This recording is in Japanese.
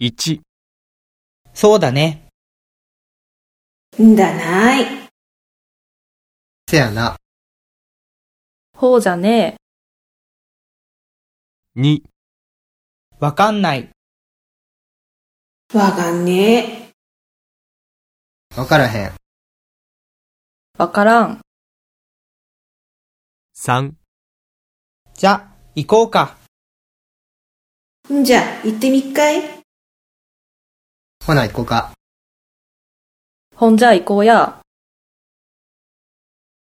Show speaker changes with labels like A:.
A: 1、
B: そうだね。
C: んだない。
D: せやな。
E: ほうじゃねえ。
A: 2、
B: わかんない。
C: わかんねえ。
D: わからへん。
E: わからん。
A: 3、
B: じゃ、行こうか。
C: んじゃ、行ってみっかい。
D: ほな行こうか。
E: ほんじゃ行こうや。